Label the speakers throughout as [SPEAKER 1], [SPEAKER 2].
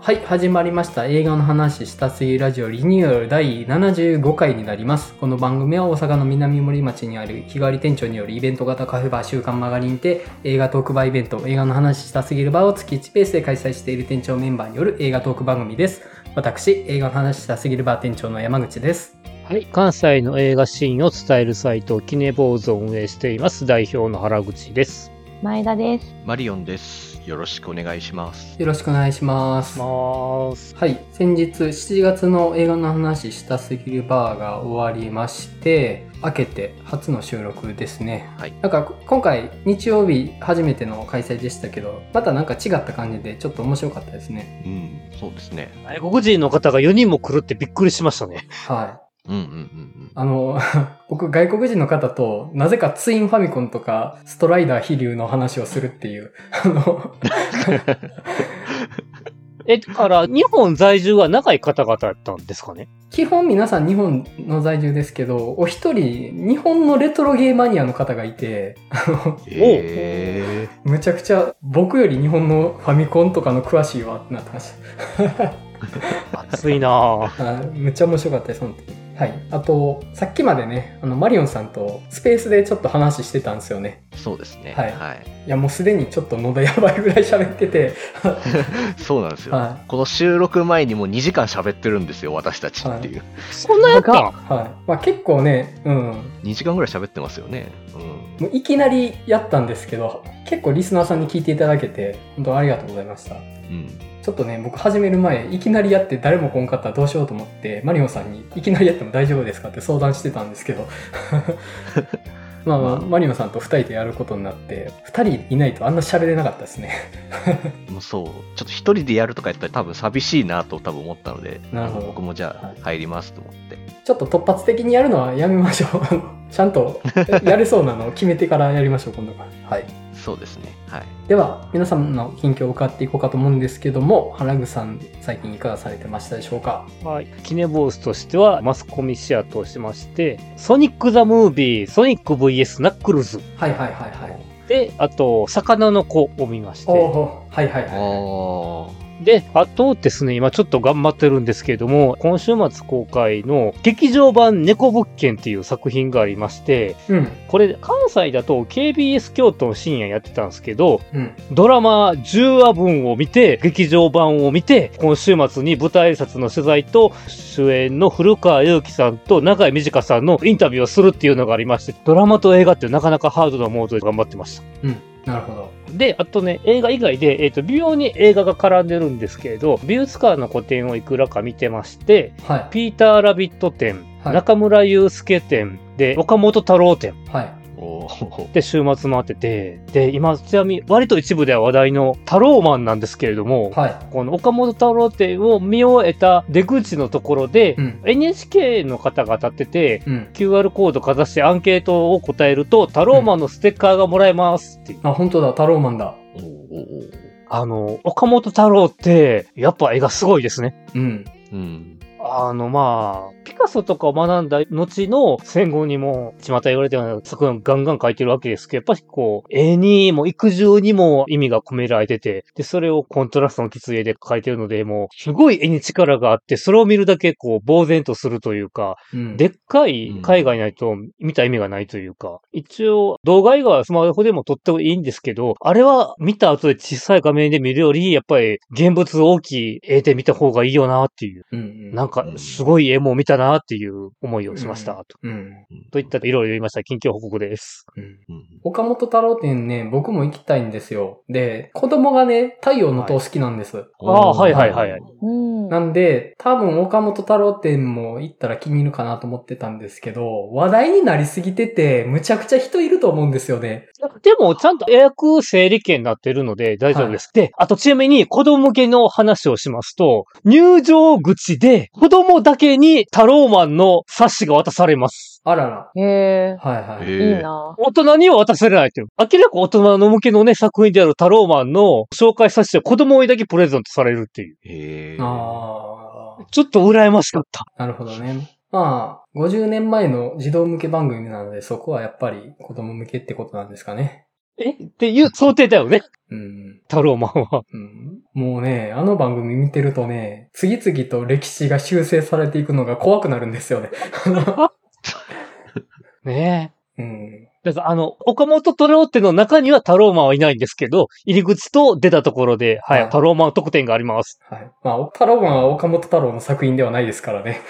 [SPEAKER 1] はい、始まりました。映画の話したすぎラジオリニューアル第75回になります。この番組は大阪の南森町にある日替わり店長によるイベント型カフェバー週刊マガリンで映画トークバーイベント映画の話したすぎるバーを月1ペースで開催している店長メンバーによる映画トーク番組です。私、映画の話したすぎるバー店長の山口です。
[SPEAKER 2] はい、関西の映画シーンを伝えるサイト、キネボーズを運営しています。代表の原口です。
[SPEAKER 3] 前田です。
[SPEAKER 4] マリオンです。よろしくお願いします。
[SPEAKER 1] よろしくお願いします。
[SPEAKER 2] まーす。
[SPEAKER 1] はい、先日7月の映画の話したすぎるバーが終わりまして明けて初の収録ですね
[SPEAKER 4] はい。
[SPEAKER 1] なんか今回日曜日初めての開催でしたけどまたなんか違った感じでちょっと面白かったですね
[SPEAKER 4] うん、そうですね。
[SPEAKER 2] 外国人の方が4人も来るってびっくりしましたね。
[SPEAKER 1] はい
[SPEAKER 4] うんうんうん
[SPEAKER 1] あの 僕外国人の方となぜかツインファミコンとかストライダー飛竜の話をするっていう あの
[SPEAKER 2] え、だから、日本在住は長い方々だったんですかね
[SPEAKER 1] 基本皆さん日本の在住ですけどお一人日本のレトロゲーマニアの方がいてあの
[SPEAKER 4] うん。え
[SPEAKER 1] むちゃくちゃ僕より日本のファミコンとかの詳しいわってなってまし
[SPEAKER 2] 熱いなぁ。
[SPEAKER 1] たあむっちゃ面白かったです本当にはいあとさっきまでねあのマリオンさんとスペースでちょっと話してたんですよね
[SPEAKER 4] ー、そうですね。
[SPEAKER 1] はい
[SPEAKER 4] はい。
[SPEAKER 1] いやもうすでにちょっと喉やばいぐらい喋ってて
[SPEAKER 4] そうなんですよ。
[SPEAKER 1] は
[SPEAKER 4] この収録前にもう2時間喋ってるんですよ、私たちっていう。
[SPEAKER 2] そんなやった
[SPEAKER 1] い、はいまあ、結構ねうん
[SPEAKER 4] 2時間ぐらい喋ってますよね。うん。
[SPEAKER 1] もういきなりやったんですけど結構リスナーさんに聞いていただけて本当ありがとうございました
[SPEAKER 4] うん。
[SPEAKER 1] ちょっとね、僕始める前、いきなりやって誰も来んかったらどうしようと思って、マリオンさんに、いきなりやっても大丈夫ですかって相談してたんですけど。まあま
[SPEAKER 4] ま
[SPEAKER 1] あ、
[SPEAKER 4] あ
[SPEAKER 1] マリオンさんと二人でやることになって、二人いないとあんな喋れなかったですね。
[SPEAKER 4] もうそう。ちょっと一人でやるとかやったら多分寂しいなと多分思ったので、
[SPEAKER 1] なるほど
[SPEAKER 4] 僕もじ
[SPEAKER 1] は
[SPEAKER 4] ゃ
[SPEAKER 1] い
[SPEAKER 4] あ入りますと思って。
[SPEAKER 1] ちょっと突発的にやるのはやめましょう。あ のちゃんとやれそうなのを決めてからやりましょう、今度から。はい。
[SPEAKER 4] そうですね。はい。
[SPEAKER 1] では、皆さんの近況を伺っていこうかと思うんですけども、原口さん、最近いかがされてましたでしょうか
[SPEAKER 2] はい、キネボーズとしてはマスコミシアターをしまして、ソニック・ザ・ムービー、ソニック VS ナックルズ
[SPEAKER 1] はいはいはいはい。
[SPEAKER 2] で、あと、魚の子を見まし
[SPEAKER 1] お
[SPEAKER 2] て、
[SPEAKER 1] おはいはいはいはい。
[SPEAKER 4] おー。
[SPEAKER 2] で、あとですね、今ちょっと頑張ってるんですけれども、今週末公開の劇場版猫物件っていう作品がありまして、
[SPEAKER 1] うん、
[SPEAKER 2] これ関西だと KBS 京都の深夜やってたんですけど、
[SPEAKER 1] うん。
[SPEAKER 2] ドラマ10話分を見て、劇場版を見て、今週末に舞台挨拶の取材と、主演の古川祐樹さんと永井美智香さんのインタビューをするっていうのがありまして、ドラマと映画ってなかなかハードなモードで頑張ってました。
[SPEAKER 1] うん、なるほど。
[SPEAKER 2] で、あとね、映画以外で、えっ、と、微妙に映画が絡んでるんですけれど、美術館の個展をいくらか見てまして、
[SPEAKER 1] はい。
[SPEAKER 2] ピーター・ラビット展、
[SPEAKER 1] はい
[SPEAKER 2] 中村祐介展、で、岡本太郎展
[SPEAKER 1] はい。
[SPEAKER 4] おー。
[SPEAKER 2] で週末回ってて、で、今、ちなみに割と一部では話題の太郎マンなんですけれども、
[SPEAKER 1] はい。
[SPEAKER 2] この岡本太郎展を見終えた出口のところで、
[SPEAKER 1] うん。
[SPEAKER 2] NHK の方が立ってて、
[SPEAKER 1] うん。
[SPEAKER 2] QR コードかざしてアンケートを答えると、太郎マンのステッカーがもらえますっていう。
[SPEAKER 1] あ、本当だ、タローマンだ。
[SPEAKER 4] おーおー。
[SPEAKER 2] あの、岡本太郎って、やっぱ絵がすごいですね。
[SPEAKER 1] うん。
[SPEAKER 4] うん。
[SPEAKER 2] あの、まあ、ピカソとかを学んだ後の戦後にも、巷言われてるような作品をガンガン描いてるわけですけど、やっぱりこう、絵にも育児にも意味が込められてて、で、それをコントラストのきつい絵で描いてるので、もう、すごい絵に力があって、それを見るだけこう、呆然とするというか、
[SPEAKER 1] うん、
[SPEAKER 2] でっかい海外ないと見た意味がないというか、一応動画以外はスマホでも撮ってもいいんですけど、あれは見た後で小さい画面で見るより、やっぱり現物大きい絵で見た方がいいよなっていう、
[SPEAKER 1] うん、うん。
[SPEAKER 2] なんかすごい絵も見たなっていう思いをしました、と。
[SPEAKER 1] うん。
[SPEAKER 2] といったいろいろ言いました。近況報告です。
[SPEAKER 1] うん。
[SPEAKER 4] うん。
[SPEAKER 1] 岡本太郎店ね、僕も行きたいんですよ。で、子供がね、太陽の塔好きなんです。
[SPEAKER 2] ああ、はいはいはい
[SPEAKER 4] い。
[SPEAKER 2] はい。
[SPEAKER 3] うん。
[SPEAKER 1] なんで、多分岡本太郎店も行ったら気に入るかなと思ってたんですけど、話題になりすぎてて、むちゃくちゃ人いると思うんですよね。
[SPEAKER 2] でも、ちゃんと予約整理券になってるので大丈夫です。で、あとちなみに子供向けの話をしますと、入場口で子供だけにタローマンの冊子が渡されます。
[SPEAKER 1] あらら。
[SPEAKER 3] へ
[SPEAKER 1] はいはい。
[SPEAKER 3] え。
[SPEAKER 4] え
[SPEAKER 3] いいな。
[SPEAKER 2] 大人には渡せれないという。明らか大人の向けのね、作品であるタローマンの紹介冊子を子供にだけプレゼントされるっていう。
[SPEAKER 4] へー。
[SPEAKER 1] ああ。
[SPEAKER 2] ちょっと羨ましかった。
[SPEAKER 1] なるほどね。まあ、50年前の児童向け番組なので、そこはやっぱり子供向けってことなんですかね。
[SPEAKER 2] えっていう想定だよ ね。
[SPEAKER 1] うん。
[SPEAKER 2] 太郎マンは。
[SPEAKER 1] うんもうね、あの番組見てるとね、次々と歴史が修正されていくのが怖くなるんですよね。
[SPEAKER 2] ねえ。
[SPEAKER 1] うん。
[SPEAKER 2] だからあの、岡本太郎っての中には太郎マンはいないんですけど、入り口と出たところで、はい、
[SPEAKER 1] はい
[SPEAKER 2] 太郎マン特典があります。
[SPEAKER 1] はい。まあ、太郎マンは岡本太郎の作品ではないですからね。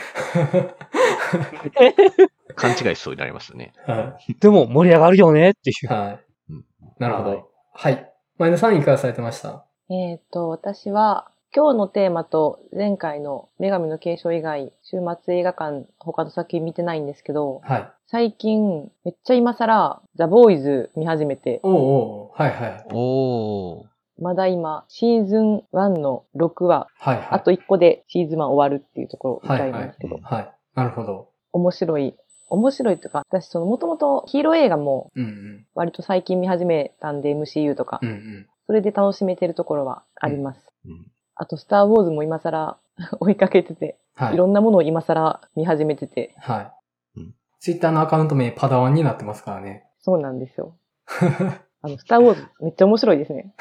[SPEAKER 4] 勘違いしそうになりますね。
[SPEAKER 1] は
[SPEAKER 2] でも盛り上がるよねってい
[SPEAKER 1] い。
[SPEAKER 2] う。
[SPEAKER 1] は
[SPEAKER 4] う
[SPEAKER 1] い
[SPEAKER 4] ん。
[SPEAKER 1] なるほど。はい。前田さんいかがされてました
[SPEAKER 3] えっ、と、私は、今日のテーマと前回の女神の継承以外、週末映画館、他の作品見てないんですけど、
[SPEAKER 1] はい。
[SPEAKER 3] 最近、めっちゃ今更、ザ・ボーイズ見始めて、
[SPEAKER 1] おうおうはいはい。
[SPEAKER 4] おー。
[SPEAKER 3] まだ今、シーズン1の6話、
[SPEAKER 1] はいはい。
[SPEAKER 3] あと1個でシーズン1終わるっていうところみたいなんですけど、
[SPEAKER 4] はいはい
[SPEAKER 1] はい。なるほど。
[SPEAKER 3] 面白い。面白いというか、私、その、もともとヒーロー映画も
[SPEAKER 1] うんうん。
[SPEAKER 3] 割と最近見始めたんで、MCU とか
[SPEAKER 1] う、んうん。
[SPEAKER 3] それで楽しめてるところはあります。
[SPEAKER 4] うん
[SPEAKER 3] あと、スター・ウォーズも今更 追いかけてて、
[SPEAKER 1] はいい。
[SPEAKER 3] ろんなものを今更見始めてて、
[SPEAKER 1] はい
[SPEAKER 4] うん。
[SPEAKER 1] ツイッターのアカウント名パダワンになってますから ね。
[SPEAKER 3] そうなんです よ。あの、スターウォーズめっちゃ面白いですね。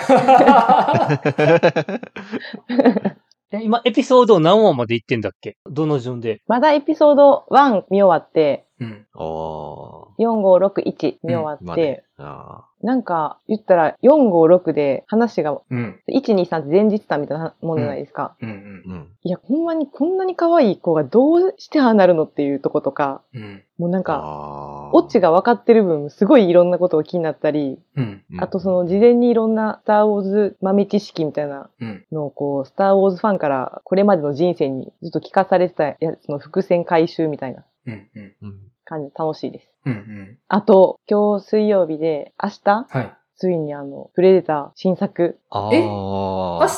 [SPEAKER 2] で今、エピソード何話まで行ってんだっけどの順で
[SPEAKER 3] まだエピソード1見終わって、
[SPEAKER 1] うん。
[SPEAKER 4] お
[SPEAKER 3] 4、5、6、1見終わ
[SPEAKER 4] ー。
[SPEAKER 3] っ
[SPEAKER 4] まあ
[SPEAKER 3] て
[SPEAKER 4] ね、、あ
[SPEAKER 3] なんか言ったら4、5、6で話が、
[SPEAKER 1] うん。
[SPEAKER 3] 1、2、3って前日談みたいなもんじゃないですか。
[SPEAKER 1] うん
[SPEAKER 4] ーうん。
[SPEAKER 3] いや、ほんまにこんなに可愛い子がどうしてああなるのっていうとことか、
[SPEAKER 1] うん。うん。
[SPEAKER 3] もうなんか、
[SPEAKER 4] あー
[SPEAKER 3] オチが分かってる分、すごいいろんなことが気になったり、
[SPEAKER 1] うん。
[SPEAKER 3] あとそ、の事前にいろんなスターウォーズ豆知識みたいな
[SPEAKER 1] うん。
[SPEAKER 3] のをこう、スターウォーズファンからこれまでの人生にずっと聞かされてたやつの伏線回収みたいな
[SPEAKER 1] うん。うん。
[SPEAKER 4] うんうん
[SPEAKER 3] 感じで楽しいです。
[SPEAKER 1] うん。うん。
[SPEAKER 3] あと、今日水曜日で明日、
[SPEAKER 1] はい。
[SPEAKER 3] ついにあの、プレデター新作。
[SPEAKER 4] あ
[SPEAKER 1] え
[SPEAKER 4] ー
[SPEAKER 1] 明日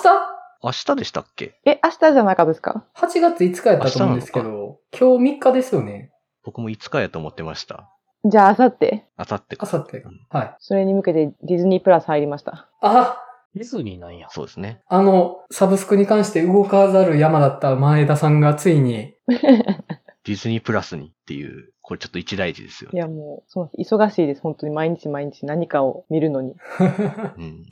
[SPEAKER 4] 明日でしたっけ
[SPEAKER 3] え、明日じゃなかったですか
[SPEAKER 1] ?8 月5日やったと思うんですけど、今日3日ですよね。
[SPEAKER 4] 僕も5日やと思ってました。
[SPEAKER 3] じゃあ明後日。
[SPEAKER 4] あさって
[SPEAKER 1] あ
[SPEAKER 4] か。
[SPEAKER 1] さって
[SPEAKER 4] うん。
[SPEAKER 1] はい。
[SPEAKER 3] それに向けてディズニープラス入りました。
[SPEAKER 1] あ、
[SPEAKER 2] ディズニーなんや。
[SPEAKER 4] そうですね。
[SPEAKER 1] あの、サブスクに関して動かざる山だった前田さんがついに、
[SPEAKER 4] ディズニープラスにっていう、これちょっと一大事ですよ
[SPEAKER 3] い
[SPEAKER 4] ね。
[SPEAKER 3] やもう、そうなんです忙しいです。本当に毎日毎日何かを見るのに。
[SPEAKER 4] うん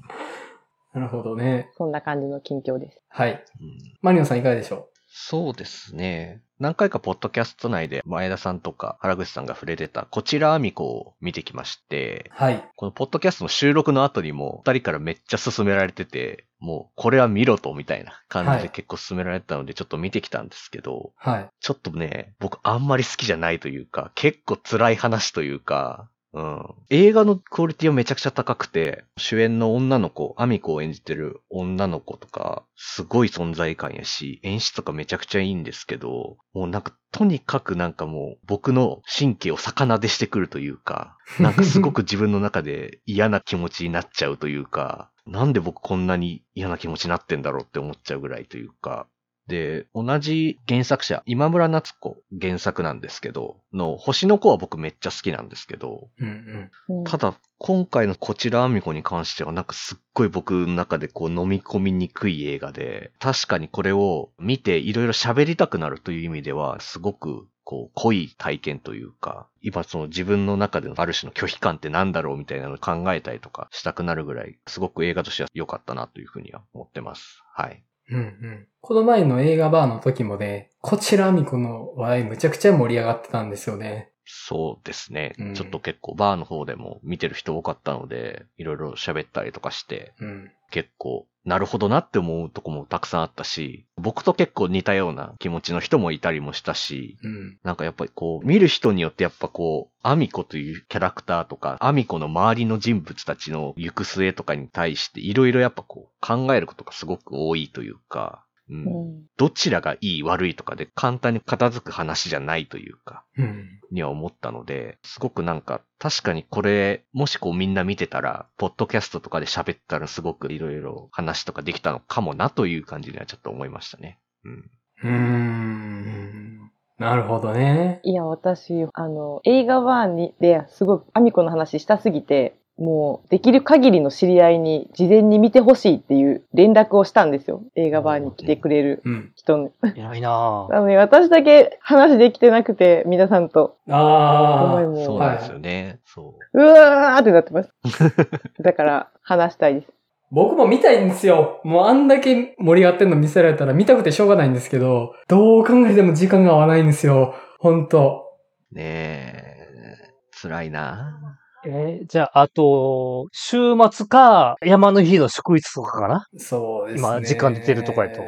[SPEAKER 1] なるほどね。
[SPEAKER 3] そんな感じの近況です。
[SPEAKER 1] はい。
[SPEAKER 4] うん
[SPEAKER 1] マリオさんいかがでしょ
[SPEAKER 4] そうですね。何回かポッドキャスト内で前田さんとか原口さんが触れてたこちらアミコを見てきまして
[SPEAKER 1] う、はい。
[SPEAKER 4] このポッドキャストの収録の後にも二人からめっちゃ勧められてて、もうこれは見ろとみたいな感じ
[SPEAKER 1] はい
[SPEAKER 4] で結構勧められてたのでちょっと見てきたんですけど、
[SPEAKER 1] はい。
[SPEAKER 4] ちょっとね、僕あんまり好きじゃないというか、結構辛い話というか、うん、映画のクオリティはめちゃくちゃ高くて、主演の女の子、アミコを演じてる女の子とか、すごい存在感やし、演出とかめちゃくちゃいいんですけど、もうなんかとにかくなんかもう僕の神経を逆なでしてくるというか、なんかすごく自分の中で嫌な気持ちになっちゃうというか、なんで僕こんなに嫌な気持ちになってんだろうって思っちゃうぐらいというか、で、同じ原作者、今村夏子原作なんですけど、の星の子は僕めっちゃ好きなんですけど、
[SPEAKER 1] うんうん。
[SPEAKER 3] うん
[SPEAKER 4] ただ、今回のこちらアミコに関してはなんかすっごい僕の中でこう飲み込みにくい映画で、確かにこれを見ていろいろ喋りたくなるという意味では、すごくこう濃い体験というか、今その自分の中でのある種の拒否感ってなんだろうみたいなのを考えたりとかしたくなるぐらい、すごく映画としては良かったなというふうには思ってます。はい。
[SPEAKER 1] うんうん。この前の映画バーの時もね、こちらアミコの話題むちゃくちゃ盛り上がってたんですよね。
[SPEAKER 4] そうですね、
[SPEAKER 1] うん
[SPEAKER 4] ちょっと結構バーの方でも見てる人多かったので、いろいろ喋ったりとかして、
[SPEAKER 1] うん。
[SPEAKER 4] 結構、なるほどなって思うとこもたくさんあったし、僕と結構似たような気持ちの人もいたりもしたし、
[SPEAKER 1] うん。
[SPEAKER 4] なんかやっぱりこう、見る人によってやっぱこう、アミコというキャラクターとか、アミコの周りの人物たちの行く末とかに対して、いろいろやっぱこう、考えることがすごく多いというか、うん
[SPEAKER 3] うん
[SPEAKER 4] どちらがいい悪いとかで簡単に片付く話じゃないというか、
[SPEAKER 1] うん。
[SPEAKER 4] には思ったので、すごくなんか、確かにこれ、もしこうみんな見てたら、ポッドキャストとかで喋ったらすごくいろいろ話とかできたのかもなという感じにはちょっと思いましたね。うん。
[SPEAKER 1] うーん。なるほどね。
[SPEAKER 3] いや、私、あの、映画版に、で、すごい、アミコの話したすぎて、もうできる限りの知り合いに事前に見てほしいっていう連絡をしたんですよ。映画バーに来てくれる
[SPEAKER 1] うん。
[SPEAKER 3] 人に。
[SPEAKER 2] 偉いなぁ。
[SPEAKER 3] なのに私だけ話できてなくて、皆さんと思い
[SPEAKER 1] ああ。
[SPEAKER 4] そう
[SPEAKER 3] も、
[SPEAKER 4] なんですよね。そう
[SPEAKER 3] わーってなってます。だから話したいです。
[SPEAKER 1] 僕も見たいんですよ。もうあんだけ盛り上がってんの見せられたら見たくてしょうがないんですけど、どう考えても時間が合わないんですよ。ほんと。
[SPEAKER 4] う。ねえ。辛いな
[SPEAKER 2] えーじゃあ、あと、週末か、山の日の祝日とかかな
[SPEAKER 1] そうですね。
[SPEAKER 2] 今時間出てるとこやと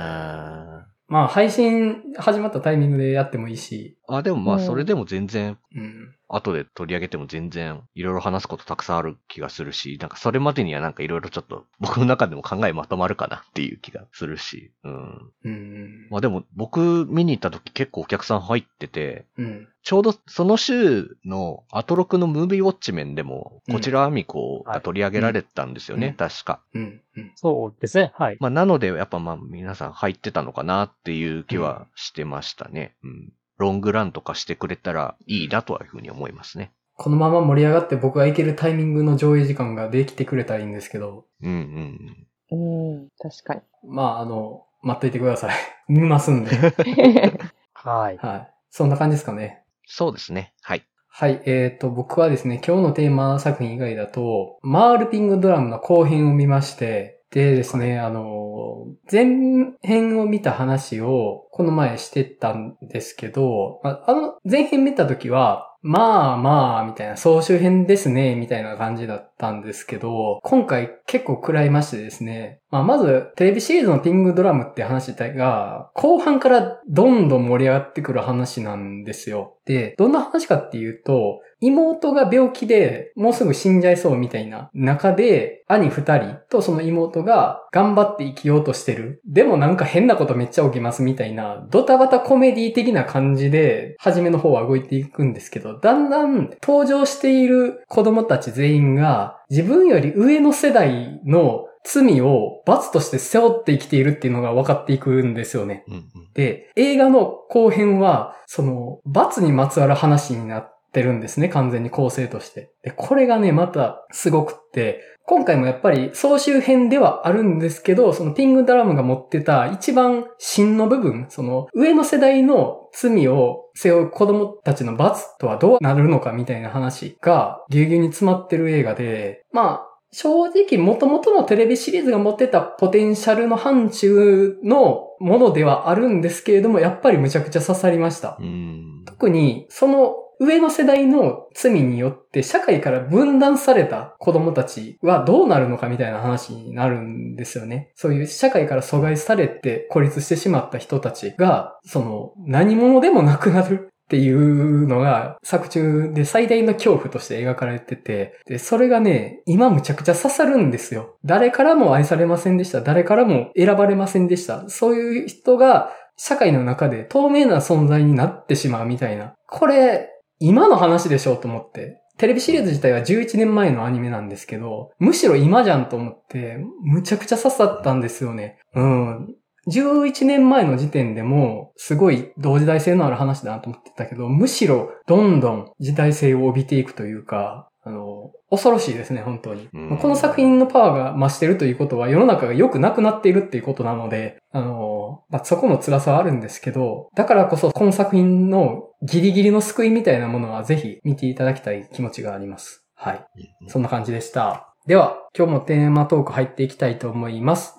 [SPEAKER 4] あ
[SPEAKER 1] まあ、配信始まったタイミングでやってもいいし。
[SPEAKER 4] あ、でもまあ、
[SPEAKER 3] うん
[SPEAKER 4] それでも全然、
[SPEAKER 1] うん。
[SPEAKER 4] 後で取り上げても全然、いろいろ話すことたくさんある気がするし、なんかそれまでにはなんかいろいろちょっと、僕の中でも考えまとまるかなっていう気がするし、うん。
[SPEAKER 1] うん。
[SPEAKER 4] まあでも、僕見に行った時結構お客さん入ってて、
[SPEAKER 1] うん。
[SPEAKER 4] ちょうどその週のアトロクのムービーウォッチ面でも、こちらアミコが取り上げられたんですよ
[SPEAKER 1] はい
[SPEAKER 4] ね、確か。
[SPEAKER 1] うん。うん。
[SPEAKER 2] そうですね。はい。
[SPEAKER 4] まあ、なので、やっぱまあ、皆さん入ってたのかなっていう気はしてましたね。うん。ロングランとかしてくれたらいいなとはいうふうに思いますね。
[SPEAKER 1] このまま盛り上がって僕が行けるタイミングの上映時間ができてくれたらいいんですけど、
[SPEAKER 4] うんうんうん。
[SPEAKER 3] うん、確かに。
[SPEAKER 1] まあ、あの、待っといてください。 見ますん で。
[SPEAKER 2] はい。
[SPEAKER 1] はい。そんな感じですかね。
[SPEAKER 4] そうですね。はい。
[SPEAKER 1] はい。えっ、と、僕はですね、今日のテーマ作品以外だと、マールピングドラムの後編を見まして、でですね、あの、前編を見た話をこの前してたんですけど、まああの、前編見た時は、まあまあ、みたいな、総集編ですね、みたいな感じだったんですけど、今回結構食らいましてですね、まあまず、テレビシリーズのピングドラムって話自体が、後半からどんどん盛り上がってくる話なんですよ。で、どんな話かっていうと、妹が病気でもうすぐ死んじゃいそうみたいな中で、兄二人とその妹が頑張って生きようとしてる。でもなんか変なことめっちゃ起きますみたいな、ドタバタコメディ的な感じで、初めの方は動いていくんですけど、だんだん登場している子供たち全員が、自分より上の世代の罪を罰として背負って生きているっていうのが分かっていくんですよね。
[SPEAKER 4] うんうん。
[SPEAKER 1] で、映画の後編は、その、罰にまつわる話になってるんですね、完全に構成として。で、これがね、またすごくって、今回もやっぱり総集編ではあるんですけど、そのピングドラムが持ってた一番芯の部分、その上の世代の罪を背負う子供たちの罰とはどうなるのかみたいな話がぎゅうぎゅうに詰まってる映画で、まあ、正直元々のテレビシリーズが持ってたポテンシャルの範疇のものではあるんですけれども、やっぱりむちゃくちゃ刺さりました。
[SPEAKER 4] うん。
[SPEAKER 1] 特に、その上の世代の罪によって社会から分断された子供たちはどうなるのかみたいな話になるんですよね。そういう社会から阻害されて孤立してしまった人たちが、その何者でもなくなる。っていうのが作中で最大の恐怖として描かれてて、で、それがね、今むちゃくちゃ刺さるんですよ。誰からも愛されませんでした。誰からも選ばれませんでした。そういう人が社会の中で透明な存在になってしまうみたいな。これ、今の話でしょうと思って。テレビシリーズ自体は11年前のアニメなんですけど、むしろ今じゃんと思って、むちゃくちゃ刺さったんですよね。うん。11年前の時点でも、すごい同時代性のある話だなと思ってたけど、むしろどんどん時代性を帯びていくというか、あの、恐ろしいですね、本当に。
[SPEAKER 4] うん
[SPEAKER 1] この作品のパワーが増してるということは、世の中が良くなくなっているっていうことなので、あの、まあ、そこの辛さはあるんですけど、だからこそ、この作品のギリギリの救いみたいなものは、ぜひ見ていただきたい気持ちがあります。はい。そんな感じでした。では、今日もテーマトーク入っていきたいと思います。